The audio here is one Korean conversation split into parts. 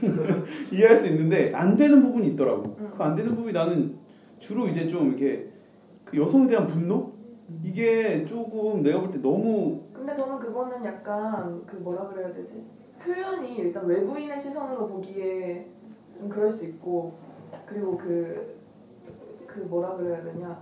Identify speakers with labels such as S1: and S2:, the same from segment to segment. S1: 이해할 수 있는데 안 되는 부분이 있더라고 그 안 되는 부분이 나는 주로 이제 좀 이렇게 그 여성에 대한 분노 이게 조금 내가 볼 때 너무
S2: 근데 저는 그거는 약간 그 뭐라 그래야 되지? 표현이 일단 외부인의 시선으로 보기에 좀 그럴 수 있고 그리고 그, 그 뭐라 그래야 되냐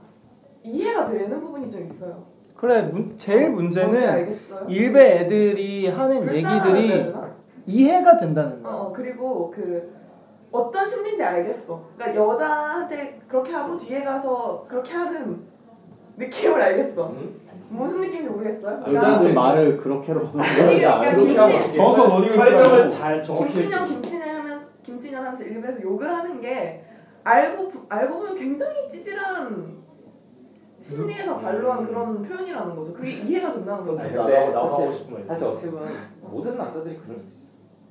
S2: 이해가 되는 부분이 좀 있어요.
S3: 그래 문- 제일
S2: 뭔지
S3: 문제는
S2: 알겠어요?
S3: 일베 애들이 하는
S2: 불쌍하다 해야
S3: 얘기들이
S2: 되나?
S3: 이해가 된다는 거야.
S2: 어 그리고 그 어떤 심리인지 알겠어. 그러니까 여자한테 그렇게 하고 뒤에 가서 그렇게 하는 느낌을 알겠어. 무슨 느낌인지 모르겠어요. 그러니까
S1: 여자한테
S4: 말을 그렇게로
S2: 아니, 그러니까 김치-
S1: 정확한 워딩을
S4: 설명을
S1: 쓰라고.
S4: 잘 정확히
S2: 김친영 김친영 하면서 김친영 하면서 일본에서 욕을 하는 게 알고 부- 알고 보면 굉장히 찌질한
S3: 음.
S2: 심리에서 발로한 그런 표현이라는 거죠. 그게 이해가 된다는 거죠.
S4: 아니,
S5: 근데
S3: 네,
S4: 나도 나도
S5: 사실-
S4: 하고 싶은 거 있어.
S5: 사실 어떻게 보면 모든 남자들이 그럴 수도 있어.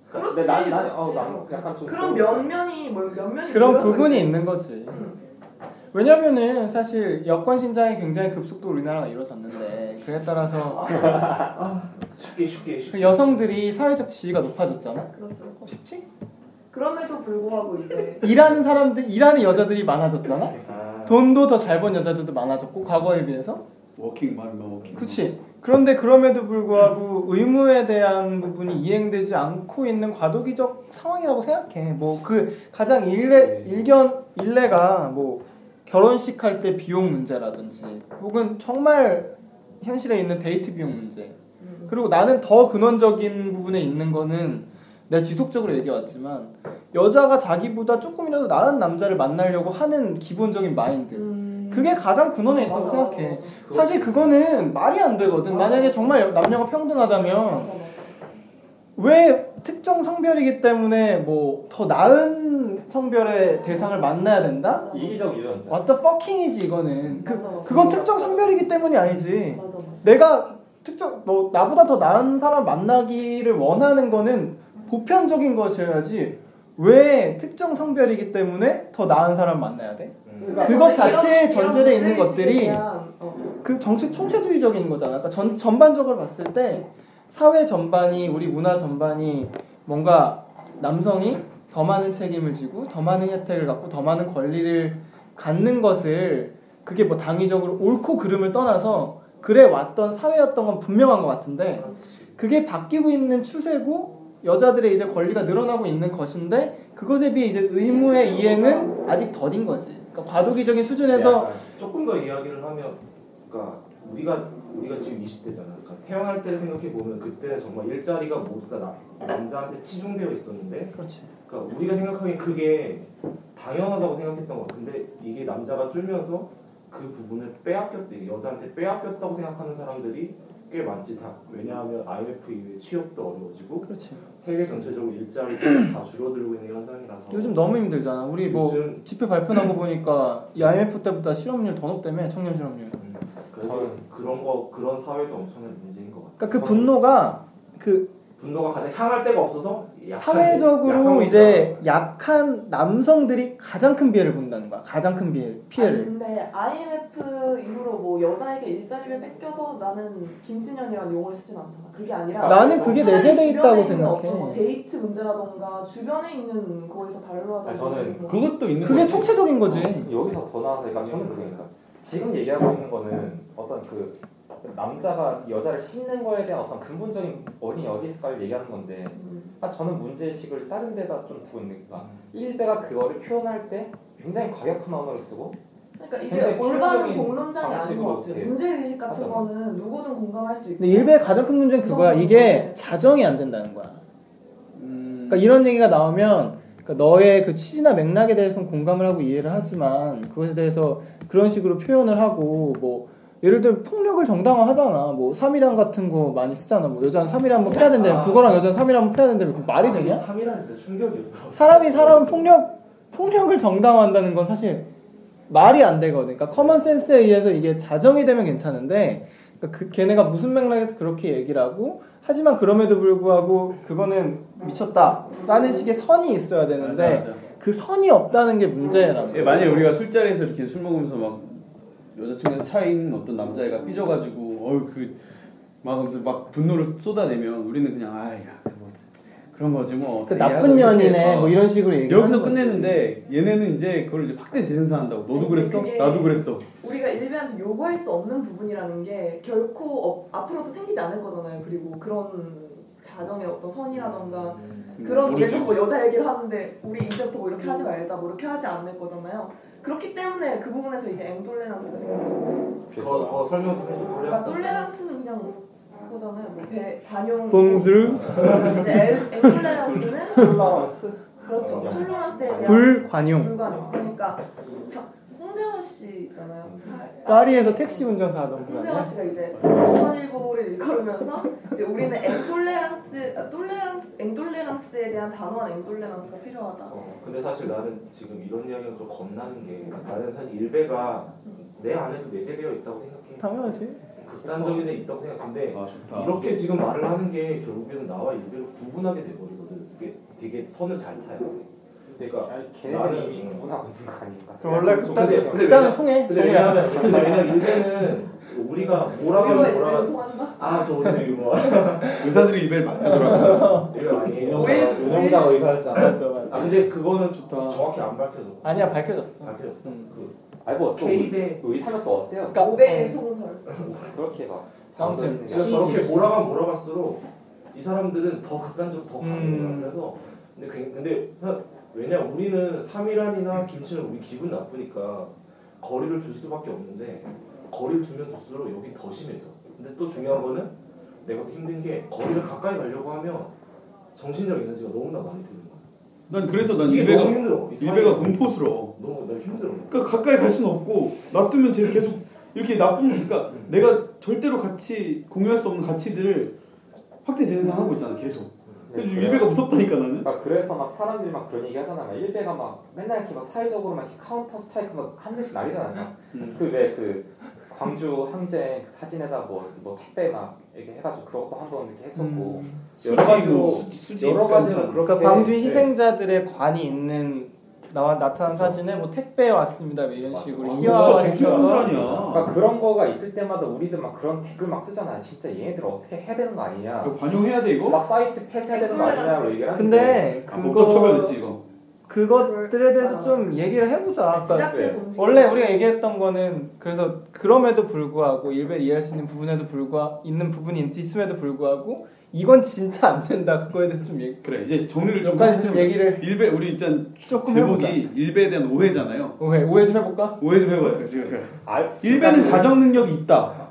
S2: 그렇지.
S5: 근데 난, 난, 어,
S2: 그렇지.
S5: 난 약간 좀
S2: 그런 면면이 뭐 면면이
S3: 그런
S2: 모여서
S3: 부분이
S2: 있어요.
S3: 있는 거지.
S2: 음.
S3: 왜냐면은 사실 여권 신장이 굉장히 급속도로 우리나라가 이루어졌는데 그에 따라서
S2: 아,
S4: 쉽게 쉽게 쉽게.
S3: 그 여성들이 사회적 지위가 높아졌잖아.
S2: 그렇죠.
S3: 어, 쉽지?
S2: 그럼에도 불구하고 이제
S3: 일하는 사람들, 일하는 여자들이 많아졌잖아.
S4: 아,
S3: 돈도 더 잘 번 여자들도 많아졌고 과거에 비해서.
S1: 워킹맘이면 워킹맘
S3: 그치. 그런데 그럼에도 불구하고 의무에 대한 부분이 이행되지 않고 있는 과도기적 상황이라고 생각해. 뭐 그 가장 일례 일견 일례가 뭐 결혼식 할 때 비용 문제라든지 혹은 정말 현실에 있는 데이트 비용 문제.
S2: 음.
S3: 그리고 나는 더 근원적인 부분에 있는 거는 내가 지속적으로 얘기해왔지만 여자가 자기보다 조금이라도 나은 남자를 만나려고 하는 기본적인 마인드.
S2: 음.
S3: 그게 가장 근원에 있다고
S2: 맞아, 맞아,
S3: 생각해.
S2: 맞아.
S3: 사실 그거는 말이 안 되거든.
S2: 맞아.
S3: 만약에 정말 남녀가 평등하다면
S2: 맞아, 맞아.
S3: 왜 특정 성별이기 때문에 뭐 더 나은 성별의 대상을 만나야 된다?
S2: 맞아,
S4: 이기적 유전자.
S3: What the fucking이지 이거는. 그
S2: 맞아, 맞아.
S3: 그건 특정 성별이기 때문이 아니지.
S2: 맞아, 맞아.
S3: 내가 특정 너 나보다 더 나은 사람 만나기를 원하는 거는 보편적인 것이어야지. 왜 특정 성별이기 때문에 더 나은 사람 만나야 돼?
S4: 음.
S2: 그러니까
S3: 그것
S2: 저는
S3: 자체에
S2: 이런- 이런
S3: 전제돼 있는
S2: 문제의식에
S3: 것들이
S2: 대한, 어.
S3: 그 정책 총체주의적인 거잖아. 그러니까 전, 전반적으로 봤을 때 사회 전반이 우리 문화 전반이 뭔가 남성이 더 많은 책임을 지고 더 많은 혜택을 갖고 더 많은 권리를 갖는 것을 그게 뭐 당위적으로 옳고 그름을 떠나서 그래 왔던 사회였던 건 분명한 것 같은데 그게 바뀌고 있는 추세고 여자들의 이제 권리가 늘어나고 있는 것인데 그것에 비해 이제 의무의 이행은 아직 더딘 거지. 그러니까 과도기적인 수준에서
S4: 약간 조금 더 이야기를 하면, 그러니까 우리가 우리가 지금 20대잖아. 그러니까 태어날 때를 생각해 보면 그때는 정말 일자리가 모두 다 나- 남자한테 치중되어 있었는데,
S3: 그렇지.
S4: 그러니까 우리가 생각하기엔 그게 당연하다고 생각했던 것 같은데 이게 남자가 줄면서 그 부분을 빼앗겼대 여자한테 빼앗겼다고 생각하는 사람들이 꽤 많지 다 왜냐하면 IMF 이후에 취업도 어려워지고
S3: 그렇지.
S4: 세계 전체적으로 일자리도 다 줄어들고 있는 현상이라서
S3: 요즘 너무 힘들잖아. 우리 뭐
S4: 요즘-
S3: 지표 발표 난 거 보니까 이 IMF 때보다 실업률 더 높다며 청년 실업률.
S4: 음, 그래서 그런 거 그런 사회도 엄청난 문제인 것 같아.
S3: 그러니까 그 분노가 그
S4: 분노가 가장 향할 데가 없어서 약한
S3: 사회적으로
S4: 약한
S3: 이제 약한 남성들이 가장 큰 피해를 본다는 거야. 가장 큰 피해,
S2: 아니,
S3: 피해를.
S2: 근데 IMF 이후로 뭐 여자에게 일자리를 뺏겨서 나는 김진현이라는 용어를 쓰진 않잖아. 그게 아니라
S3: 나는 그게
S2: 차라리
S3: 내재돼 있다고
S2: 주변에 있는
S3: 생각해.
S2: 어떤 뭐 데이트 문제라던가 주변에 있는 거에서 발로하다.
S5: 아니, 저는
S4: 그것도 있는
S3: 그게 총체적인 거지.
S4: 어.
S5: 여기서 더 나아서 그러니까 저는
S4: 음.
S5: 그러니까 지금 얘기하고 있는 거는 어떤 그 남자가 여자를 씻는 거에 대한 어떤 근본적인 원인이 어디 있을까를 얘기하는 건데
S2: 음.
S5: 아, 저는 문제의식을 다른 데다 좀 두고 있는 그러니까
S3: 음.
S5: 일베가 그거를 표현할 때 굉장히 과격한 언어를 쓰고
S2: 그러니까 이게
S5: 굉장히
S2: 올바른
S5: 필요적인
S2: 공론장이 아닌 것 같아요.
S5: 방식으로
S2: 문제의식 같은
S5: 하잖아.
S2: 거는 누구든 공감할 수 있고.
S3: 근데 일베의 가장 큰 문제는 그거야. 이게 자정이 안 된다는 거야. 그러니까 이런 얘기가 나오면 그러니까 너의 그 취지나 맥락에 대해서는 공감을 하고 이해를 하지만 그것에 대해서 그런 식으로 표현을 하고 뭐 예를 들면 폭력을 정당화하잖아. 뭐 삼일함 같은 거 많이 쓰잖아. 뭐 여자는 삼일함 한번 패야 뭐
S1: 아,
S3: 된다며 국어랑 여자는 삼일함 한번 패야 된다며 그거 말이 되냐?
S4: 삼이라는 진짜 충격이었어.
S3: 사람이 사람을 폭력 폭력을 정당화한다는 건 사실 말이 안 되거든. 그러니까 커먼 센스에 의해서 이게 자정이 되면 괜찮은데 그러니까 그 걔네가 무슨 맥락에서 그렇게 얘기를 하고 하지만 그럼에도 불구하고 그거는 미쳤다라는 식의 선이 있어야 되는데 그 선이 없다는 게 문제라고.
S1: 예, 만약에 우리가 술자리에서 이렇게 술 먹으면서 막 여자친구랑 차인 어떤 남자애가 삐져가지고 어우 그막 하면서 막 분노를 쏟아내면 우리는 그냥 아야 뭐 그런 거지 뭐
S3: 그
S1: 어떻게
S3: 나쁜
S1: 하고 이렇게
S3: 년이네
S1: 해서
S3: 뭐 이런 식으로 얘기를
S1: 여기서
S3: 하는 거지.
S1: 끝내는데 얘네는 이제 그걸 이제 확대 재생산한다고
S5: 네,
S1: 너도
S2: 근데
S1: 그랬어
S2: 그게-
S1: 나도 그랬어
S2: 우리가 일베한테 요구할 수 없는 부분이라는 게 결코 어, 앞으로도 생기지 않을 거잖아요. 그리고 그런 자정의 어떤 선이라던가
S4: 음.
S1: 음,
S2: 그런
S1: 모르죠.
S2: 예를 들어 뭐 여자 얘기를 하는데 우리 이제부터 뭐 이렇게 하지 말자 뭐 이렇게 하지 않을 거잖아요. 그렇기 때문에 그 부분에서 이제 앵톨레란스가 생기고
S5: 그
S4: 더, 더 설명 좀 해줘
S2: 그러니까
S4: 놀랬어
S2: 톨레란스는 그냥 그거잖아요. 뭐 배, 반용
S3: 봉술
S2: 이제 앵- 앵톨레란스는
S5: 톨러런스?
S2: 그렇죠.
S5: 어,
S2: 톨레란스에 대한
S3: 불관용.
S2: 불가능. 그러니까 자, 홍세화 씨 있잖아요. 사-
S3: 파리에서 택시 운전사 하던 분
S2: 홍세화
S3: 아니야?
S2: 씨가 이제 조선일보를 일컬으면서 이제 우리는 앵톨레란스, 아, 톨레란스, 앵톨레란스에 대한 단호한 앵톨레란스가 필요하다.
S4: 어, 근데 사실 나는 지금 이런 이야기가 좀 겁나는 게 나는 사실 일베가 내 안에도 내재되어 있다고 생각해
S3: 당연하지.
S4: 극단적인 애 있다고 생각한데
S1: 아 좋다
S4: 이렇게 지금 말을 하는 게 결국에는 나와 일베를 구분하게 돼버리거든 그게 되게 선을 잘 타야 돼 그러니까
S5: 아니, 걔네는
S4: 나는- 음.
S5: 이미 구분하고 있는 거 아닌가?
S3: 그럼 원래 극단
S4: 근데- 근데
S3: 극단은 통해.
S4: 근데
S3: 정말.
S4: 왜냐면 근데 왜냐면 일베는 우리가 뭐라고
S2: 이거
S4: 하면
S2: 이제
S4: 뭐라고
S2: 통한다.
S4: 아저 오늘 이거 뭐
S1: 의사들이 입에 맞더라고
S4: 이거 아니에요
S2: 왜?
S5: 운영자가 의사였잖아.
S3: 네. 맞아 맞아.
S4: 아 근데 그거는 좀
S1: 좋다
S4: 정확히 안 밝혀져
S3: 아니야 밝혀졌어.
S4: 밝혀졌어
S3: 음.
S4: 그
S5: 아니 뭐또
S4: K대
S5: 의사면 또 어때요?
S3: 그러니까
S2: 오베일 통설.
S5: 그렇게 막
S3: 아무튼.
S5: 방금
S4: 그러니까 저렇게
S3: 음.
S4: 몰아가면 몰아갈수록 이 사람들은 더 극단적으로 더 가는 거야.
S3: 음.
S4: 그래서 근데 그- 근데 사- 왜냐 우리는 삼일안이나 김치는 우리 기분 나쁘니까 거리를 둘 수밖에 없는데 거리를 두면 둘수록 여기 더 심해져. 근데 또 중요한 거는 내가 또 힘든 게 거리를 가까이 가려고 하면 정신적 에너지가 너무나 많이 드는 거야.
S1: 난 그래서 난
S4: 이게
S1: 입에가
S4: 너무 힘들어. 이
S1: 입에가
S4: 사이에서.
S1: 공포스러워
S4: 너무 나 힘들어.
S1: 그러니까 가까이 갈 수는 없고 놔두면 쟤 계속 이렇게 나쁜 그러니까 내가 절대로 같이 공유할 수 없는 가치들을 확대 재생산하고 있잖아 계속 그래서
S5: 네.
S1: 일배가 무섭다니까 나는
S5: 막 그래서 막 사람들이 막 그런 얘기 하잖아. 막 일베가 막 맨날 이렇게 막 사회적으로 막 이렇게 카운터 스타이크 막한 대씩 날리잖아요.
S1: 음.
S5: 그 왜 그 광주 항쟁 그 사진에다 뭐뭐 택배 막 이렇게 해가지고 그것도 한 번
S3: 음.
S5: 이렇게 했었고 여러 가지로
S1: 수지
S5: 여러 가지로 그렇게
S3: 그러니까 광주
S5: 네.
S3: 희생자들의 관이 있는 나와 나타난 사진에 뭐 택배 왔습니다 뭐 이런
S5: 맞아.
S3: 식으로
S1: 진짜 정치한 사
S3: 희화화시켜서
S1: 아니야
S5: 그러니까 그런 거가 있을 때마다 우리도 막 그런 댓글 막 쓰잖아. 진짜 얘네들 어떻게 해야 되는 거 아니냐.
S1: 관용해야 돼 이거?
S5: 그 막 사이트 폐쇄해야 되는 거 아니냐로 얘기를 하는데
S3: 근데
S1: 아, 법적
S3: 그거
S1: 처벌됐지 이거
S3: 그것들에 대해서 좀 얘기를 해보자. 그러니까
S2: 아, 지자체에서 움직이는
S3: 원래 우리가 얘기했던 거는 그래서 그럼에도 불구하고 일베 이해할 수 있는 부분에도 불구하 있는 부분이 있음에도 불구하고 이건 진짜 안 된다 그거에 대해서 좀 얘기
S1: 그래 이제 정리를
S3: 몇
S1: 좀
S3: 가지 좀 얘기를
S1: 일배 우리 일단
S3: 조금 해보자
S1: 제목이 일배에 대한 오해잖아요
S3: 오해 오해 좀 해볼까?
S1: 오해 좀 해봐요 지금.
S5: 알-
S1: 일배는 자정 능력이 있다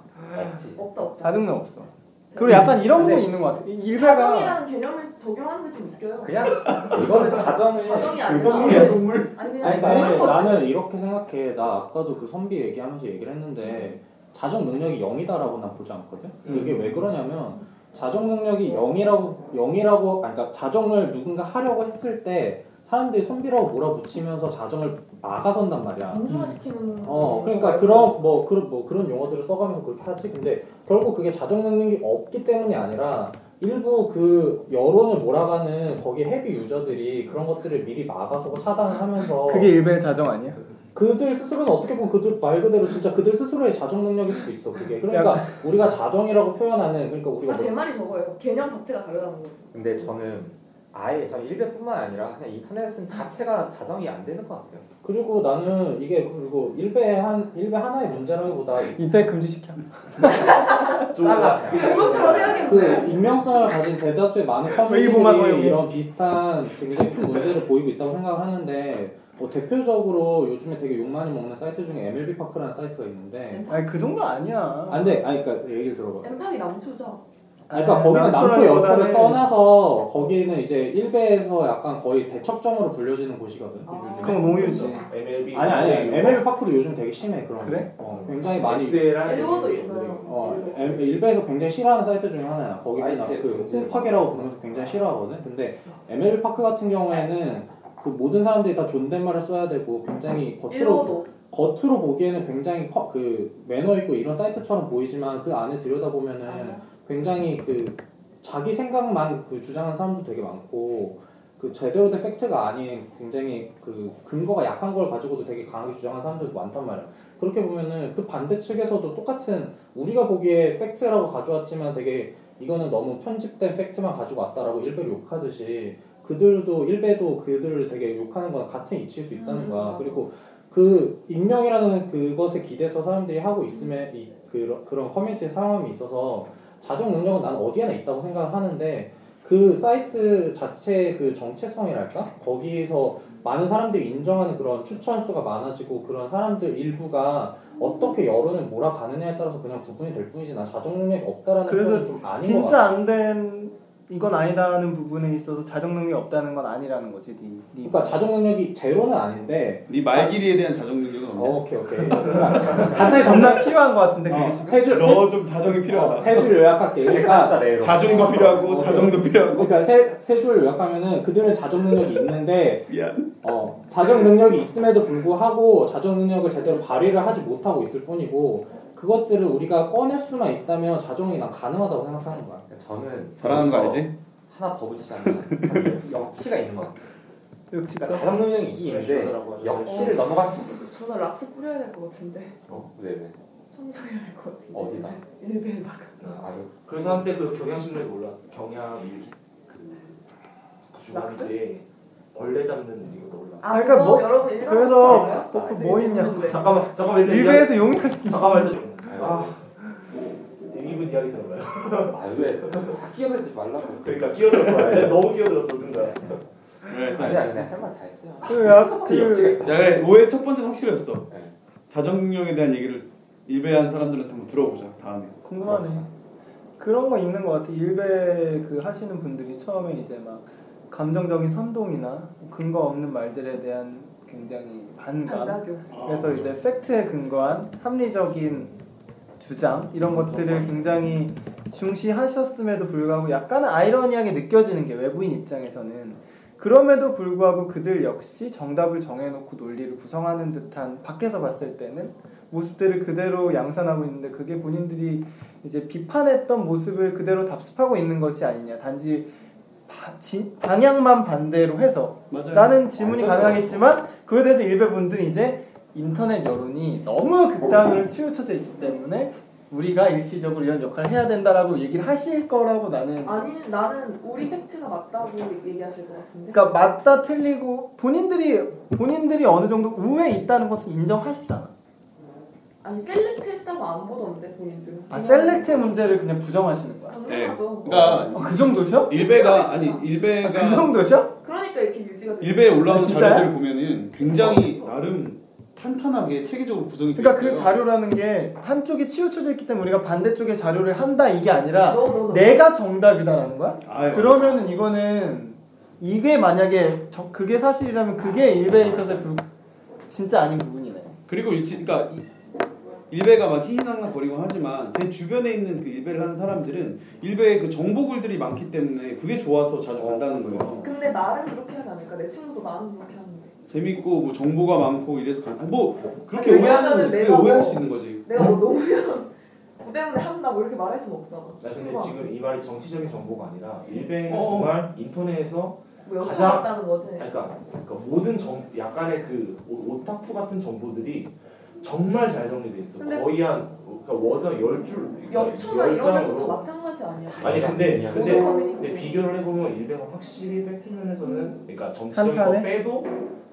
S5: 없지.
S2: 없다 없다.
S3: 자등은 없어 그리고 약간 이런
S5: 근데
S3: 부분이 있는 것 같아 아, 이- 일베가
S2: 자정이라는 개념을 적용하는 게 좀 웃겨요.
S5: 그냥 이거는 자정을
S2: 자정이
S1: 동물이야
S2: 아니라
S1: 동물
S2: 아니
S6: 아니,
S2: 그냥
S6: 그러니까
S2: 모든
S6: 아니,
S2: 거지.
S6: 나는 이렇게 생각해. 나 아까도 그 선비 얘기하면서 얘기를 했는데 자정 능력이 0이다라고 난 보지 않거든. 그게 왜 그러냐면 자정 능력이 0이라고 0이라고 아니, 그러니까 자정을 누군가 하려고 했을 때 사람들이 선비라고 몰아붙이면서 자정을 막아선단 말이야.
S2: 민주화시키는.
S5: 음.
S6: 어, 그러니까 그런 뭐 그런 뭐 그런 용어들을 써가면서 그렇게 하지. 근데 결국 그게 자정 능력이 없기 때문이 아니라 일부 그 여론을 몰아가는 거기 헤비 유저들이 그런 것들을 미리 막아서고 차단을 하면서
S3: 그게 일베의 자정 아니야?
S6: 그들 스스로는 어떻게 보면 그들 말 그대로 진짜 그들 스스로의 자정 능력일 수도 있어 그게 그러니까 우리가 자정이라고 표현하는 그러니까 우리가
S2: 그러니까 제
S6: 뭐-
S2: 말이 저거예요. 개념 자체가 다르다는 거지.
S5: 근데 저는 아예 저는 일베뿐만 아니라 그냥 인터넷은 자체가 자정이 안 되는 것 같아요.
S6: 그리고 나는 이게 그리고 일베 한 일베 하나의 문제라기보다
S5: 네.
S3: 인터넷 금지시켜
S5: 잘라.
S2: 중국처럼 해야겠네.
S6: 그 인명성을 가진 대다수의 많은
S3: 웨이보만 거의
S6: 커뮤니티들이
S3: 없네.
S6: 이런 비슷한 굉장히 큰 문제를 보이고 있다고 생각을 하는데 뭐 대표적으로 요즘에 되게 욕 많이 먹는 사이트 중에 MLB 파크라는 사이트가 있는데
S3: 아니 그 정도 아니야
S6: 안돼 아니 그러니까 얘기를 들어봐
S2: 엠팍이 남초죠.
S6: 아니, 그러니까 거기는 남초 여초를 떠나서 거기는 이제 일베에서 약간 거의 대척점으로 불려지는 곳이거든.
S2: 아.
S6: 요즘에.
S3: 그럼 농유지
S4: MLB
S6: 아니 아니 MLB 파크도 요즘 되게 심해 네. 그런 거.
S3: 그래?
S6: 어, 굉장히 많이
S4: SL랑
S2: 일본도 있어요.
S6: 어 M- 일베에서 굉장히 싫어하는 사이트 중에 하나야. 거기는
S5: 사이트에
S6: 그
S5: 문제가
S6: 홈팍이라고 부르면서 굉장히 싫어하거든. 근데 MLB 파크 같은 경우에는
S5: 그 모든 사람들이 다 존댓말을 써야 되고 굉장히 겉으로
S2: 읽어도
S5: 겉으로 보기에는 굉장히 커, 그 매너 있고 이런 사이트처럼 보이지만 그 안에 들여다 보면은
S2: 아,
S5: 굉장히 그 자기 생각만 그 주장하는 사람도 되게 많고 그 제대로 된 팩트가 아닌 굉장히 그 근거가 약한 걸 가지고도 되게 강하게 주장하는 사람들도 많단 말이에요. 그렇게 보면은 그 반대 측에서도 똑같은 우리가 보기에 팩트라고 가져왔지만 되게 이거는 너무 편집된 팩트만 가지고 왔다라고 일베를 욕하듯이 그들도 일베도 그들을 되게 욕하는 건 같은 이치일 수 있다는
S2: 음,
S5: 거야.
S2: 맞아.
S5: 그리고 그 익명이라는 그것에 기대서 사람들이 하고 있음에 이, 그런, 그런 커뮤니티 상황이 있어서 자정 능력은 난 어디에나 있다고 생각을 하는데 그 사이트 자체의 그 정체성이랄까 거기에서 많은 사람들이 인정하는 그런 추천 수가 많아지고 그런 사람들 일부가 어떻게 여론을 몰아가느냐에 따라서 그냥 구분이 될 뿐이지 난 자정 능력이 없다라는
S3: 그래서
S5: 표현은 좀 아닌 것 같아.
S3: 진짜 안 된 이건 아니다는 부분에 있어서 자정 능력이 없다는 건 아니라는 거지. 네, 네.
S5: 그러니까 자정 능력이 제로는 아닌데
S1: 네말 길이에 대한 자정 능력은 없냐?
S5: 어, 오케이 오케이
S3: 답변이 어. 정말 필요한 것 같은데 그게 지금.
S5: 세줄세줄
S1: 아, 너 좀 자정이 필요하다.
S5: 요약할게
S7: 아,
S5: 그러니까
S7: 내로.
S1: 자정도 필요하고
S5: 어.
S1: 자정도 필요하고
S5: 그러니까 세세줄 요약하면은 그들은 자정 능력이 있는데
S1: 미안.
S5: 어, 자정 능력이 있음에도 불구하고 자정 능력을 제대로 발휘를 하지 못하고 있을 뿐이고 그것들을 우리가 꺼낼 수만 있다면 자정이 난 가능하다고 생각하는 거야.
S7: 그러니까 저는
S1: 바라는 거
S7: 여기서
S1: 알지?
S7: 하나 더 붙이자면 역치가 있는 것 같아요.
S3: 역시가
S7: 그러니까 자정 능력이 있는데 역치를 넘어갈 수
S2: 저는 락스 뿌려야 될 것 같은데
S7: 어? 왜 왜?
S2: 청소해야 될 것 같은데
S7: 어디다?
S2: 일베에다가
S7: 아, 아유.
S4: 어, 그래서 한때 그 경향신문에 올라 경향 그 주간지에 벌레 잡는 이거 올라.
S2: 아
S3: 그러니까
S2: 그거
S3: 뭐-
S2: 여러분 읽어봤어요?
S3: 그래서 뭐- 뭐 있냐고.
S4: 잠깐만 잠깐만 일단 이야기-
S3: 일베에서 용인할 수 있어.
S4: 잠깐만 일단
S7: 아유.
S4: 아 이분 이야기 들어봐요.
S7: 아 왜? 다 끼어들지 말라고.
S4: 그러니까 끼어들었어. 너무 끼어들었어 순간.
S1: 그래, 네, 자,
S7: 아니야 그냥 할 말 다 했어요.
S3: 그야
S7: 그 역치가 있다.
S1: 야 그래 오해 첫 번째는 확실했어.
S7: 네.
S1: 자정 능력에 대한 얘기를 일베한 사람들한테 한번 들어보자 다음에.
S3: 궁금하네. 그런 거 있는 것 같아. 일베 그 하시는 분들이 처음에 이제 막 감정적인 선동이나 근거 없는 말들에 대한 굉장히 반감.
S2: 반작용
S3: 그래서 이제 팩트에 근거한 합리적인 주장 이런 것들을 굉장히 중시하셨음에도 불구하고 약간은 아이러니하게 느껴지는 게 외부인 입장에서는 그럼에도 불구하고 그들 역시 정답을 정해놓고 논리를 구성하는 듯한 밖에서 봤을 때는 모습들을 그대로 양산하고 있는데 그게 본인들이 이제 비판했던 모습을 그대로 답습하고 있는 것이 아니냐 단지 다- 지- 방향만 반대로 해서
S1: 맞아요.
S3: 라는 질문이
S7: 완전
S3: 가능하겠지만 그에 대해서 일베분들은 이제 인터넷 여론이 너무 극단으로 치우쳐져 있기 때문에 우리가 일시적으로 이런 역할을 해야 된다라고 얘기를 하실 거라고 나는
S2: 아니 나는 우리 팩트가 맞다고 얘기하실 것 같은데
S3: 그러니까 맞다 틀리고 본인들이 본인들이 어느 정도 우에 있다는 것은 인정하시잖아.
S2: 아니 셀렉트 했다고 안 보던데 본인들
S3: 아 셀렉트의 문제를 그냥 부정하시는 거야.
S2: 당연하죠
S1: 그러니까
S3: 아, 그 정도셔?
S1: 일베가 아니
S3: 아, 그
S1: 일베가
S3: 정도셔?
S2: 그러니까 이렇게 유지가 되는
S1: 일베에 올라온
S3: 아, 진짜요?
S1: 자료들을 보면은 굉장히 나름 탄탄하게 체계적으로 구성이 돼
S3: 그러니까 그
S1: 있어요.
S3: 자료라는 게 한쪽이 치우쳐져 있기 때문에 우리가 반대쪽의 자료를 한다 이게
S2: 거야.
S3: 아니라
S2: 너, 너, 너.
S3: 내가 정답이다라는 거야?
S1: 아유,
S3: 그러면은 이거는 이게 만약에 저 그게 사실이라면 그게 일베에 있어서 그 진짜 아닌 부분이네.
S1: 그리고 일치 그러니까 이- 일베가 막 희희낙낙 거리고 하지만 제 주변에 있는 그 일베를 하는 사람들은 일베의 그 정보글들이 많기 때문에 그게 좋아서 자주 간다는 거예요.
S2: 근데 나는 그렇게 하지 않을까 내 친구도 나는 그렇게 하는데
S1: 재밌고 뭐 정보가 많고 이래서 간. 아, 뭐 그렇게
S2: 아니, 왜냐면은
S1: 오해하는 그게
S2: 내가
S1: 오해할
S2: 뭐-
S1: 수 있는 거지.
S2: 내가 뭐 노무현 뭐 때문에 한다고 이렇게 말할 수는 없잖아
S4: 나 근데
S2: 친구가
S4: 지금 이 말이 정치적인 정보가 아니라
S2: 네.
S4: 일베가
S1: 어.
S4: 정말 인터넷에서
S2: 뭐 역사
S4: 가장-
S2: 같다는 거지
S4: 그러니까, 그러니까 모든 정 약간의 그 오- 오타쿠 같은 정보들이 정말 잘 정리돼 있어.
S2: 근데-
S4: 거의 한 그러니까 워드 열줄
S2: 연초나 이런 애도 다 마찬가지 아니야
S4: 아니 근데
S2: 모든
S4: 근데 근데
S2: 커뮤니티
S4: 비교를 해보면 일베가 확실히 팩트 면에서는 그러니까 정치적인 거
S3: 탄탄해?
S4: 빼도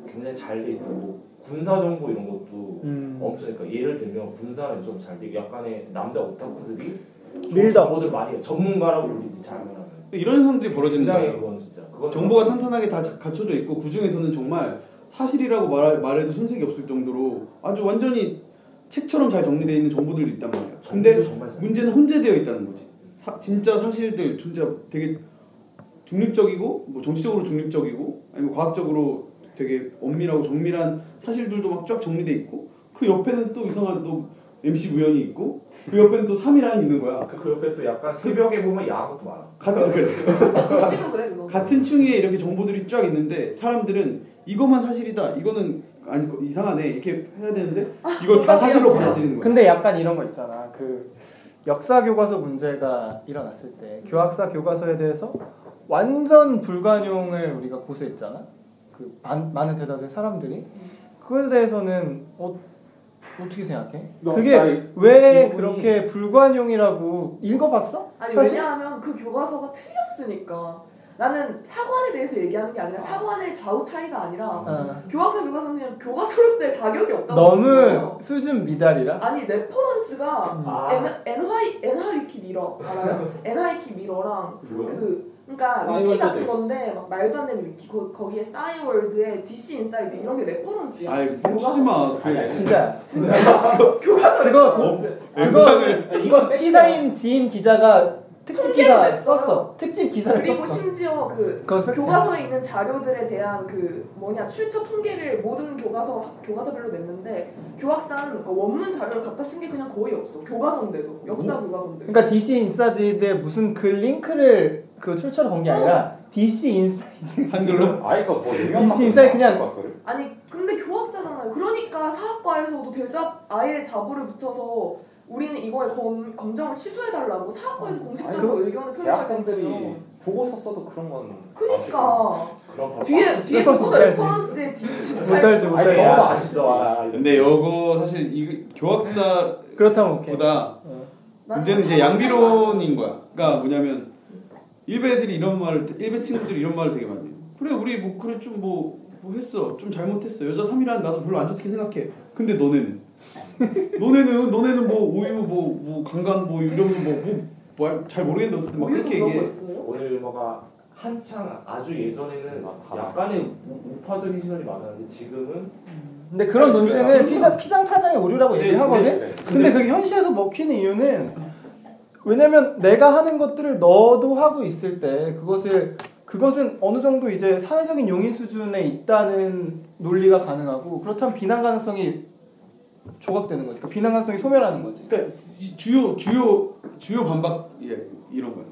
S4: 굉장히 잘 돼 있어. 뭐 군사 정보 이런 것도
S1: 음.
S3: 어,
S4: 엄청 그러니까 예를 들면 군사는 좀 잘 되고 약간의 남자 오타쿠들이 좀
S3: 밀덕.
S4: 정보들 많이 전문가라고 불리지 잘면하는
S1: 이런 상들이 벌어지는
S4: 굉장히
S1: 거예요.
S4: 그건 진짜 그건
S1: 정보가 탄탄하게 다 자- 갖춰져 있고 그 중에서는 정말 사실이라고 말 말해도 손색이 없을 정도로 아주 완전히 책처럼 잘 정리되어 있는 정보들도 있단 말이야. 근데
S4: 정보도 정말 잘
S1: 문제는 혼재되어 있다는 거지. 사- 진짜 사실들 진짜 되게 중립적이고 뭐 정치적으로 중립적이고 아니면 과학적으로 되게 엄밀하고 정밀한 사실들도 막 쫙 정리돼 있고 그 옆에는 또 이상한 또 MC 무현이 있고 그 옆에는 또 3이라는 있는 거야.
S4: 그, 그 옆에 또 약간 새벽에 보면 야한 것도 많아
S1: 같은 그래.
S2: 비씨도 그래 그거
S1: 같은 층에 이렇게 정보들이 쫙 있는데 사람들은 이것만 사실이다. 이거는 아니 이거 이상하네. 이렇게 해야 되는데 이걸 다 사실로 받아들이는 거야.
S3: 근데 약간 이런 거 있잖아. 그 역사 교과서 문제가 일어났을 때 교학사 교과서에 대해서 완전 불관용을 우리가 고수했잖아. 그 많, 많은 대다수의 사람들이 그거에 대해서는 어, 어떻게 생각해?
S1: 나-
S3: 그게
S1: 나 이-
S3: 왜
S5: 이 부분이-
S3: 그렇게 불관용이라고 읽어봤어?
S2: 아니
S3: 사실-
S2: 왜냐하면 그 교과서가 틀렸으니까 나는 사관에 대해서 얘기하는 게 아니라 사관의 좌우 차이가 아니라
S3: 어.
S2: 교과서 교과서는 그냥 교과서로서의 자격이 없다고
S3: 너무
S2: 생각해요.
S3: 수준 미달이라.
S2: 아니 레퍼런스가
S6: 음.
S4: 아,
S2: N NY NY키 미러 알아요? NY키 미러랑
S4: 그거?
S2: 그 그러니까
S6: 싸이월드도
S2: 위키 같은
S6: 있어.
S2: 건데 막 말도 안 되는 위키 거, 거기에 싸이월드에 DC 인사이드 이런 게 레퍼런스야.
S1: 아이 뭐 뭉치지 마.
S4: 아니, 아니.
S3: 진짜
S2: 진짜 교과서
S3: 그거
S1: 어?
S2: 레퍼런스.
S3: 이거 이거 시사인 지인 기자가 특집
S2: 통계를
S3: 기사
S2: 냈어요.
S3: 썼어. 특집 기사를
S2: 그리고
S3: 썼어.
S2: 심지어 그
S3: 그거
S2: 교과서에 있는 자료들에 대한 그 뭐냐 출처 통계를 모든 교과서 교과서별로 냈는데
S3: 음.
S2: 교학상 원문 자료를 갖다 쓴 게 그냥 거의 없어 교과서인데도 역사 교과서인데
S3: 뭐? 그러니까 DC 인사이드에 무슨 그 링크를 그 출처로 건 게 아니라
S2: 어.
S3: DC 인사이드
S1: 한글로
S5: 아이가 뭐 유명한
S3: DC 인사이드 그냥
S5: 봤어요?
S2: 아니 근데 교학사잖아요 그러니까 사학과에서도 대작 아예 자부를 붙여서 우리는 이거에 검, 검정을 취소해 달라고
S3: 음.
S2: 사학과에서
S3: 아,
S2: 공식적으로 의견을
S5: 대학생들이
S2: 표명했거든요
S5: 보고서 써도 그런 건
S1: 아,
S2: 그니까
S5: 그런
S2: 그러니까 뒤에 뒤에 보고서
S3: 레퍼런스 못 알지.
S2: 레퍼런스에 디스
S3: 네, 못 알지 못
S5: 아니 저거
S3: 알지.
S5: 아시죠? 아,
S1: 근데 요거 사실 이 교학사보다
S3: 그렇다면 오케이.
S1: 문제는 이제 양비론인 거야. 그러니까 뭐냐면 일베 애들이 이런 말을 일베 친구들이 이런 말을 되게 많이 해요. 그래 우리 뭐 그래 좀 뭐 뭐 했어 좀 잘못했어 여자 3이라는 나도 별로 안 좋게 생각해. 근데 너네는 너네는 너네는 뭐 우유 뭐뭐 강간 뭐 이런 거뭐뭐잘 모르겠는데 어쨌든 막
S2: 우유도
S1: 그렇게
S2: 그런 거
S1: 얘기해.
S2: 있어요?
S4: 오늘 뭐가 한창 아주 예전에는
S5: 아, 다
S4: 약간의 우- 우파적인 시선이 많았는데 지금은
S3: 근데 그런
S4: 아니, 그래,
S3: 논쟁을
S4: 아무튼-
S3: 피자, 피장파장의 오류라고
S4: 네,
S3: 얘기하거든?
S4: 네, 네.
S3: 근데 그게 현실에서 먹히는 이유는 왜냐면 내가 하는 것들을 너도 하고 있을 때 그것을 그것은 어느 정도 이제 사회적인 용인 수준에 있다는 논리가 가능하고 그렇다면 비난 가능성이 조각되는 거지. 그러니까 비난 가능성이 소멸하는 거지.
S1: 그러니까 이 주요 주요 주요 반박 예, 이런 거야.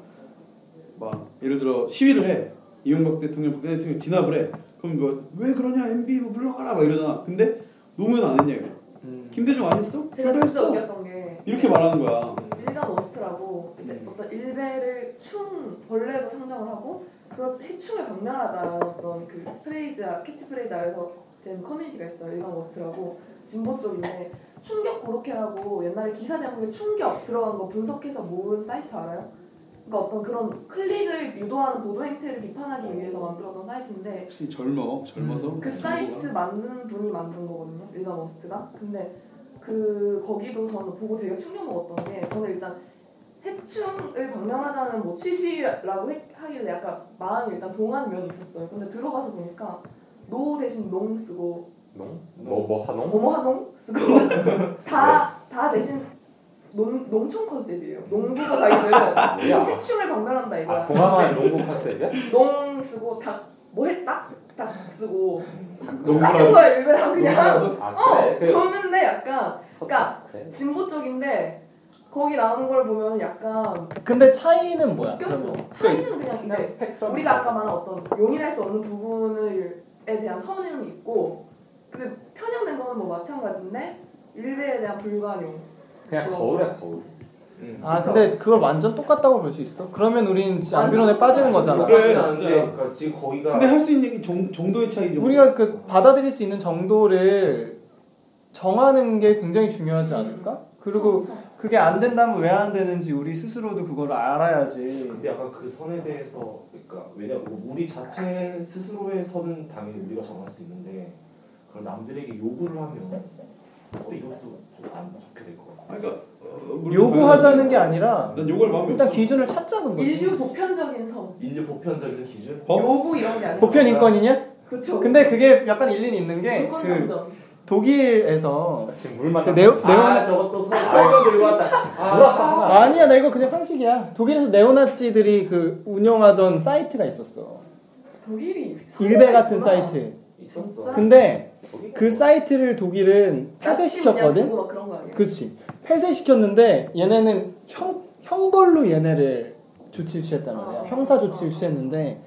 S1: 막 예를 들어 시위를 해 이명박 대통령 박근혜 대통령 진압을 해. 그럼 뭐왜 그러냐 MB 뭐 물러가라 막 이러잖아. 근데 노무현 안 했냐 이거.
S8: 음.
S1: 김대중 안 했어?
S2: 제가
S1: 별로
S2: 진짜
S1: 했어.
S2: 웃겼던 게
S1: 이렇게 음. 말하는 거야.
S2: 일간 워스트라고 이제 어떤 일베를 충 벌레로 상정을 하고 그 해충을 박멸하자 어떤 그 프레이즈 캐치프레이즈 아래서 된 커뮤니티가 있어요 일간 워스트라고 진보 쪽인데 충격 고로케라고 옛날에 기사 제목에 충격 들어간 거 분석해서 모은 사이트 알아요? 그러니까 어떤 그런 클릭을 유도하는 보도 행태를 비판하기 위해서 만들었던 사이트인데
S1: 혹시 젊어 젊어서
S2: 그 사이트 만든 분이 만든 거거든요. 일단 머스트가. 근데 그 거기도 저는 보고 되게 충격 먹었던 게 저는 일단 해충을 방면하자는 뭐 취지라고 해- 하길래 약간 마음이 일단 동한 면이 있었어요. 근데 들어가서 보니까 노 대신 농 쓰고
S5: 농뭐뭐 하농?
S2: 뭐뭐하농 쓰고
S1: 어.
S2: 다 다 대신 농, 농촌 컨셉이에요. 농부가 자기들은
S5: 야.
S2: 해충을 방면한다
S5: 아
S2: 이거야.
S5: 동아마의 농구 컨셉이야?
S2: 농 쓰고 닭 뭐 했다? 닭 쓰고 똑같은
S1: 농구라고
S2: 거야 일베랑 그냥
S5: 아
S2: 어,
S5: 그래 그래
S2: 그러는데 약간 그러니까
S5: 그래.
S2: 진보 쪽인데 거기 나오는 걸 보면 약간
S3: 근데 차이는 뭐야?
S2: 꼈어.
S3: 그러면?
S2: 차이는 그냥
S5: 그냥
S2: 이제
S5: 그러니까 스펙트럼
S2: 우리가 아까 말한 어떤 용인할 수 없는 부분을에 대한 선은 있고 근데 편향된 거는 뭐 마찬가지인데 일베에 대한 뭐 불관용.
S5: 그냥 거울이야 거울
S3: 아 근데 그걸 완전 똑같다고 볼 수 있어? 그러면 우린 진짜 안비론에 빠지는 거잖아.
S1: 그래,
S4: 그래
S1: 진짜.
S4: 그러니까 지금 거기가
S1: 근데 할 수 있는 게 정, 정도의 차이죠.
S3: 우리가 그 받아들일 수 있는 정도를 정하는 게 굉장히 중요하지 않을까? 그리고 그게 안 된다면 왜 안 되는지 우리 스스로도 그걸 알아야지.
S4: 근데 약간 그 선에 대해서 그러니까 왜냐면 우리 자체 스스로의 선은 당연히 우리가 정할 수 있는데 그걸 남들에게 요구를 하면 또 이것도 좀 안 좋게 될 것 같아요.
S1: 그러니까 어, 물론
S3: 요구하자는
S1: 당연하지.
S3: 게 아니라
S1: 난 요걸 마음에
S3: 일단
S1: 없어.
S3: 기준을 찾자는 거지.
S2: 인류 보편적인 선.
S4: 인류 보편적인 기준?
S1: 어?
S2: 요구 이런 게 아니라.
S3: 보편 인권이냐?
S2: 그렇죠.
S3: 근데 그게 약간 일리는 있는 게
S2: 인권
S3: 그
S2: 정전.
S3: 독일에서
S5: 지금 물만
S3: 그 네오 네오나
S4: 아 저것도 선 알고 들고 왔다. 아,
S5: 몰라 상관
S3: 아니야 나 이거 그냥 상식이야. 독일에서 네오나치들이 그 운영하던 사이트가 있었어.
S2: 독일이
S3: 일베 같은
S2: 선호하는구나.
S3: 사이트.
S4: 있었어.
S3: 근데
S4: 거기가
S3: 그
S4: 뭐.
S3: 사이트를 독일은
S2: 약침
S3: 폐쇄시켰거든.
S2: 약쓰고 막 그런 거 아니야?
S3: 그렇지. 폐쇄시켰는데 얘네는 형 형벌로 얘네를 조치를 취했단 말이야.
S2: 어.
S3: 형사 조치를
S2: 어.
S3: 취했는데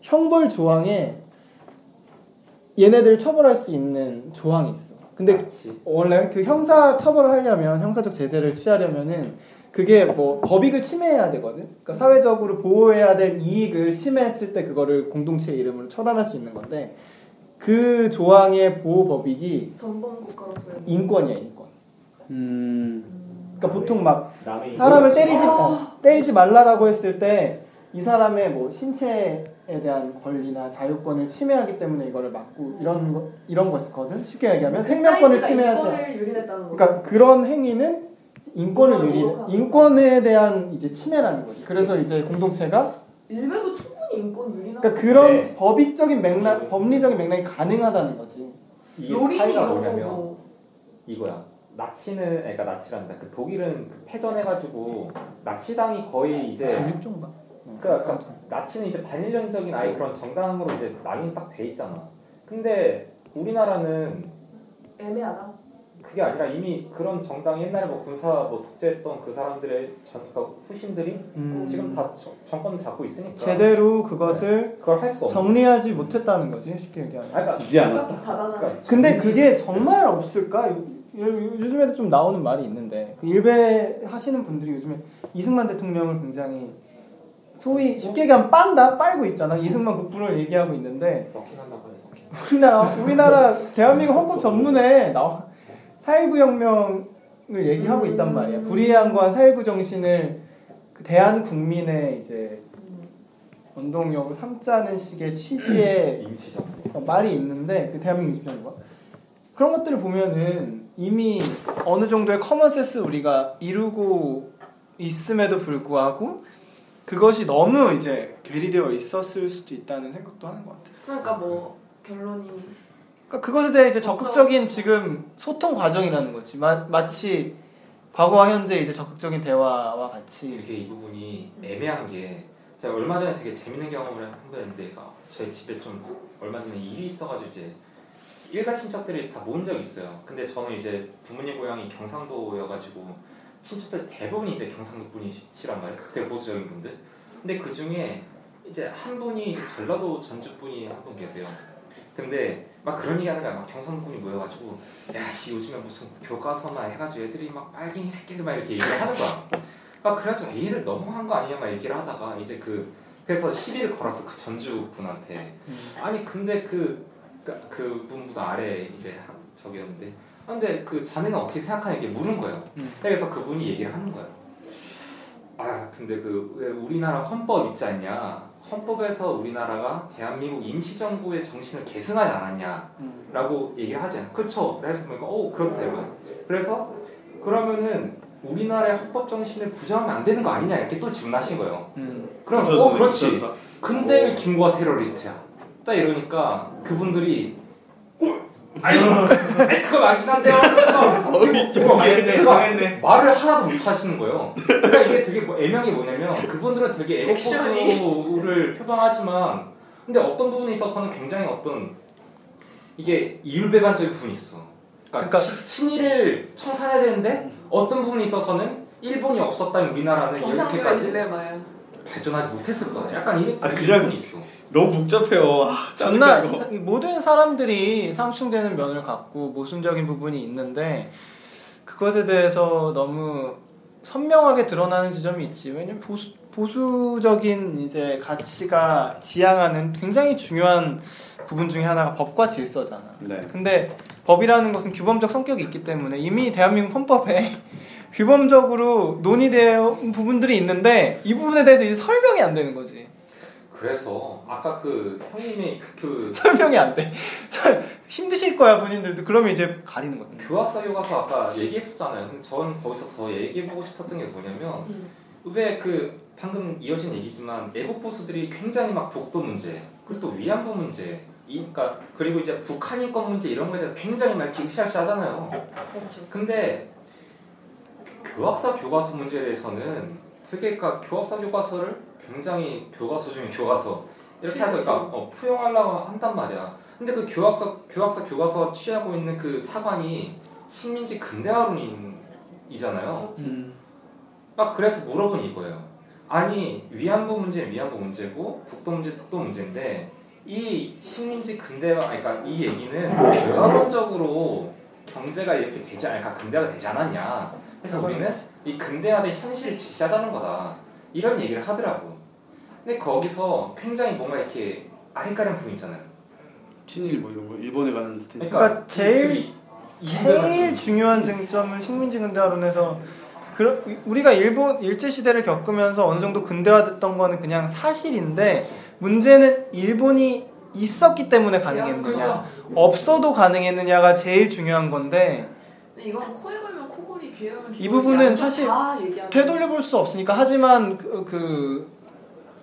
S3: 형벌 조항에 얘네들 처벌할 수 있는 조항이 있어. 근데
S5: 지
S3: 원래 그 형사 처벌을 하려면 형사적 제재를 취하려면은 그게 뭐 법익을 침해해야 되거든. 그러니까 사회적으로 보호해야 될 이익을 침해했을 때 그거를 공동체 이름으로 처단할 수 있는 건데 그 조항의 보호 법익이
S2: 전범 국가로서
S3: 인권이야 인권.
S1: 음.
S3: 그러니까 보통 막
S4: 남의 이익을
S3: 사람을 때리지 어, 때리지 말라라고 했을 때 이 사람의 뭐 신체에 대한 권리나 자유권을 침해하기 때문에 이거를 막고 이런 거 이런 것이거든. 쉽게 얘기하면 생명권을 침해하지
S2: 인권을 그 유린했다는 거.
S3: 그러니까 그런 행위는 인권을
S2: 인권을
S3: 유리
S2: 모독하는
S3: 인권에 대한 이제 침해라는 거지.
S5: 네.
S3: 그래서 이제 공동체가
S2: 일베도 충분히 인권 유린하고.
S3: 그러니까 그런
S5: 네.
S3: 법익적인 맥락,
S5: 네.
S3: 법리적인 맥락이 가능하다는 거지.
S5: 이게
S2: 로린이
S5: 차이가
S2: 이런
S5: 뭐냐면
S2: 거고.
S5: 이거야. 나치는 그러니까 나치란다. 그 독일은 그 패전해가지고 나치당이 거의 이제
S3: 16종 봐.
S5: 네. 그러니까 약간 나치는 이제 반일령적인 아예 그런 정당으로 이제 낙인 딱 돼 있잖아. 근데 우리나라는
S2: 애매하다.
S5: 그게 아니라 이미 그런 정당이 옛날에 뭐 군사 뭐 독재했던 그 사람들의 전, 그 후신들이
S3: 음,
S5: 지금 다 정- 정권을 잡고 있으니까
S3: 제대로 그것을
S5: 그걸 할 수가 없는
S3: 정리하지 못했다는 거지. 쉽게 얘기하면.
S5: 거야. 그러니까,
S1: 지지 않아.
S2: 진짜 다단한.
S5: 그러니까
S3: 근데 그게 정말 없을까? 요- 요- 요즘에도 좀 나오는 말이 있는데 그 일베 하시는 분들이 요즘에 이승만 대통령을 굉장히 소위
S5: 그렇죠.
S3: 쉽게 얘기하면 빤다 빨고 있잖아 이승만 국부를 얘기하고 있는데
S5: 섞인한다고 해서 섞인. 네. 그렇죠.
S3: 우리나라 우리나라 대한민국 헌법 전문에 나와 4.19 혁명을 얘기하고 있단 말이야.
S5: 음.
S3: 불의한과 4.19 정신을 그 대한 국민의 이제 운동력을 삼자는 식의 취지의
S5: 임시정.
S3: 어, 말이 있는데 그 대한민국 20년 거 그런 것들을 보면은 이미 어느 정도의 커먼센스 우리가 이루고 있음에도 불구하고 그것이 너무 이제 괴리되어 있었을 수도 있다는 생각도 하는 것 같아.
S2: 그러니까 뭐 결론이
S3: 그러니까 그것에 대해 이제 적극적인 지금 소통 과정이라는 거지. 마, 마치 과거와 현재 이제 적극적인 대화와 같이.
S5: 되게 이 부분이 애매한 게 제가 얼마 전에 되게 재밌는 경험을 한번 했는데 그러니까 저희 집에 좀 얼마 전에 일이 있어가지고 이제 일가 친척들이 다 모은 적이 있어요. 근데 저는 이제 부모님 고향이 경상도여가지고 친척들 대부분이 이제 경상도 분이시란 말이에요. 되게 보수적인 분들. 근데 그 중에 이제 한 분이 이제 전라도 전주 분이 한 분 계세요. 근데 막 그런 얘기 하는 거야. 막 경상도 분이 모여가지고 야씨 요즘에 무슨 교과서나 해가지고 애들이 막 빨갱이 새끼들 막 이렇게 얘기를 하는 거야. 막 아, 그래서 얘를 너무한 거 아니냐 막 얘기를 하다가 이제 그 그래서 시비를 걸었어 그 전주 분한테 아니 근데 그 그 분보다 아래 이제 한- 저기였는데 아, 근데 그 자네는 어떻게 생각하냐 이게 물은 거예요
S3: 음.
S5: 그래서 그분이 얘기를 하는 거예요 아 근데 그 왜 우리나라 헌법 있지 않냐 헌법에서 우리나라가 대한민국 임시정부의 정신을 계승하지 않았냐
S3: 음.
S5: 라고 얘기를 하잖아요. 그쵸? 그래서 보니까, 오, 그렇대요.
S3: 음.
S5: 그래서, 그러면은, 우리나라의 헌법 정신을 부정하면 안 되는 거 아니냐, 이렇게 또 질문하신 거예요.
S3: 음.
S5: 그럼, 어, 그렇지. 근데 왜 김구가 테러리스트야? 딱 이러니까, 그분들이, 오! 아니, 아니, 그건 아니긴 한데요. 어, 그거- 그거
S4: 망했네,
S5: 그거
S4: 망했네.
S5: 말을 하나도 못 하시는 거예요. 그러니까 이게 되게 뭐 애매한 게 뭐냐면, 그분들은 되게 애국보수를 표방하지만, 근데 어떤 부분에 있어서는 굉장히 어떤 이게 이율배반적인 부분이 있어. 그러니까,
S3: 그러니까-
S5: 치- 친일을 청산해야 되는데 어떤 부분에 있어서는 일본이 없었다면 우리나라는
S2: 경상도의
S5: 이렇게까지
S2: 딜레마야.
S5: 발전하지 못했을 거야. 약간 이런
S8: 아,
S5: 그런
S8: 그냥-
S5: 부분이 있어.
S8: 너무 복잡해요. 아, 짜증나
S3: 전날
S8: 이거.
S3: 이 모든 사람들이 상충되는 면을 갖고 모순적인 부분이 있는데 그것에 대해서 너무 선명하게 드러나는 지점이 있지. 왜냐면 보수 보수적인 이제 가치가 지향하는 굉장히 중요한 부분 중에 하나가 법과 질서잖아.
S8: 네.
S3: 근데 법이라는 것은 규범적 성격이 있기 때문에 이미 대한민국 헌법에 규범적으로 논의되어 온 부분들이 있는데 이 부분에 대해서 이제 설명이 안 되는 거지.
S5: 그래서 아까 그 형님이 그
S3: 설명이 안 돼. 설- 힘드실 거야 본인들도. 그러면 이제 가리는 거야.
S5: 교과서 교과서 아까 얘기했었잖아요. 근데 저는 거기서 더 얘기해보고 싶었던 게 뭐냐면
S2: 음.
S5: 왜 그 방금 이어진 얘기지만 애국 보수들이 굉장히 막 독도 문제 그리고 또 위안부 문제 이- 그러니까 그리고 이제 북한 인권 문제 이런 거에 대해서 굉장히 막 이렇게 으쌰으쌰하잖아요.
S2: 그렇죠.
S5: 근데 교학사 교과서 문제에 대해서는 되게 그러니까 교학사 교과서를 굉장히 교과서 중에 교과서 이렇게 해서 그러니까
S2: 그렇죠.
S5: 어, 포용하려고 한단 말이야. 근데 그 교학사 교학사 교과서 취하고 있는 그 사관이 식민지 근대화론이잖아요. 막 그래서 물어본 이거예요. 아니 위안부 문제는 위안부 문제고 독도 문제 독도 문제인데 이 식민지 근대화, 아니, 그러니까 이 얘기는 연합론적으로 경제가 이렇게 되지 않을까, 근대화가 되지 않았냐. 그래서 우리는 이 근대화의 현실을 지시하자는 거다. 이런 얘기를 하더라고. 근데 거기서 굉장히 뭔가 이렇게 아리까리한 부분 있잖아요.
S1: 친일 뭐 이런 거 일본에 가는 스탠스
S3: 그러니까 제일
S5: 이- 이
S3: 제일 중요한 쟁점은 식민지 근대화론에서 그러, 우리가 일본 일제 시대를 겪으면서 어느 정도 근대화됐던 거는 그냥 사실인데 문제는 일본이 있었기 때문에 가능했느냐 없어도 가능했느냐가 제일 중요한 건데
S2: 근데 이건 코에 걸면 코골이, 귀에 걸면
S3: 이
S2: 귀걸이
S3: 부분은
S2: 아니면
S3: 사실
S2: 다 얘기하는
S3: 되돌려볼 수 없으니까 하지만 그, 그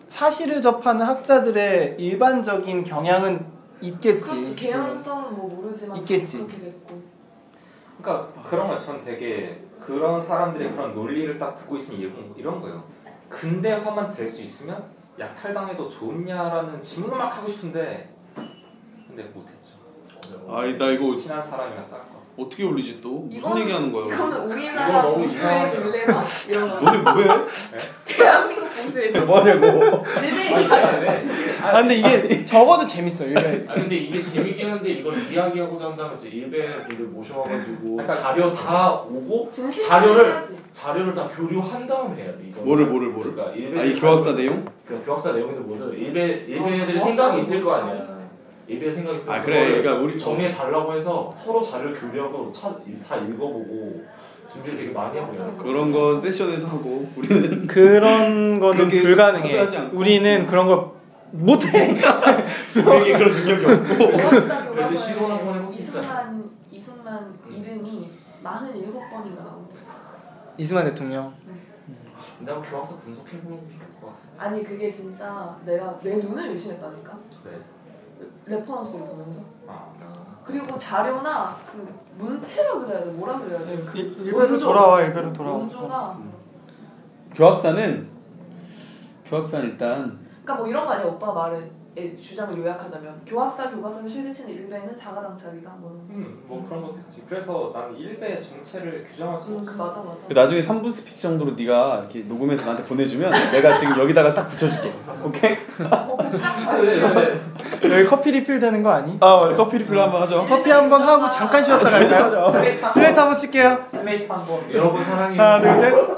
S3: 사실을 접하는 학자들의 일반적인 경향은
S2: 그렇지
S3: 있겠지.
S2: 개연성은 뭐 모르지만
S3: 있겠지.
S2: 그렇게 됐고
S5: 그러니까 그런 걸 전 되게 그런 사람들의 그런 논리를 딱 듣고 있으면 이런, 이런 거예요. 근대화만 될 수 있으면 약탈당해도 좋냐라는 질문을 막 하고 싶은데 근데 못했죠. 뭐
S8: 아이 나 이거
S5: 친한 사람이라서 할 거.
S8: 어떻게 올리지 또 무슨
S2: 이거는-
S8: 얘기하는
S1: 뭐,
S8: 거야?
S2: 이거는
S4: 이거
S2: 우리나라
S4: 너무
S2: 보수의
S4: 이상하다.
S2: 딜레마 이런 거
S8: 너네 뭐해?
S2: 대한민국 보수의 딜레마
S6: 뭐냐고.
S2: 얘네
S4: 아니,
S2: 얘기하자.
S4: 근데 왜?
S3: 아 근데 이게 적어도 재밌어 일베.
S4: 아 근데 이게 재밌긴 한데 이걸 이야기하고자 한다면 이제 일베 분들 모셔와가지고
S5: 약간-
S4: 자료 다 오고
S2: 진실을
S4: 자료를-
S2: 해야지.
S4: 자료를 다 교류한 다음에 해야 돼 이거
S8: 뭐를, 뭐를, 뭐를?
S4: 그러니까 일베
S8: 아이 교학사 내용?
S4: 그 교학사 내용에서 뭐든 일베 일베
S2: 어,
S4: 애들이
S2: 교학사
S4: 생각이 있을 거
S2: 뭐지?
S4: 아니야 일베 생각이 있어
S8: 아 그래 그러니까 우리
S4: 정해 달라고 해서 서로 자료 교류하고 차, 다 읽어보고 준비를 되게 많이 하고 그냥
S8: 그런 거 세션에서 하고 우리는
S3: 그런 거는
S8: 그렇게
S3: 불가능해.
S8: 하지 않고.
S3: 우리는 그런 걸 못해.
S8: 우리에게 그런 능력이 없고
S2: 교과서
S4: 그래도 시도는 한번
S2: 교과서에
S4: 해볼 수 있잖아.
S2: 이승만 이승만
S4: 음.
S2: 이름이 47번인가 나오고
S3: 이승만 대통령.
S4: 근데 한번 교학사 분석해보는 게 좋을 것 같은데
S2: 아니 그게 진짜 내가 내 눈을 의심했다니까
S4: 네.
S2: 레퍼런스를 보면서
S4: 아,
S2: 그리고 자료나 그 문체라 그래야 돼 뭐라 그래야 돼 그-
S3: 일- 일베로
S2: 원조.
S3: 돌아와 일베로 돌아와.
S2: 원조나
S8: 교학사는 교학사는 일단
S2: 그러니까 뭐 이런 거 아니야 오빠 말을 의 주장을 요약하자면 교학사 교과서를 실리치는 일베는 자가당착이다 뭐
S5: 음, 뭐 그런 것도 있지. 그래서 나는 일베의 정체를 규정할 수
S2: 음,
S5: 없어.
S2: 맞아 맞아
S8: 그 나중에 3분 스피치 정도로 네가 이렇게 녹음해서 나한테 보내주면 내가 지금 여기다가 딱 붙여줄게 오케이?
S2: 뭐 복잡한
S5: 아니, 네, 왜, 왜?
S3: 여기 커피 리필 되는 거 아니? 어,
S8: 아 커피 리필 한번 하죠
S3: 커피 한 번 하고 잠깐 쉬었다 갈까요?
S5: 스레이트 한
S3: 슬레이트
S5: 번.
S3: 한번 칠게요.
S5: 스레이트 한 번.
S4: 여러분 사랑해요
S3: 하나 둘 셋.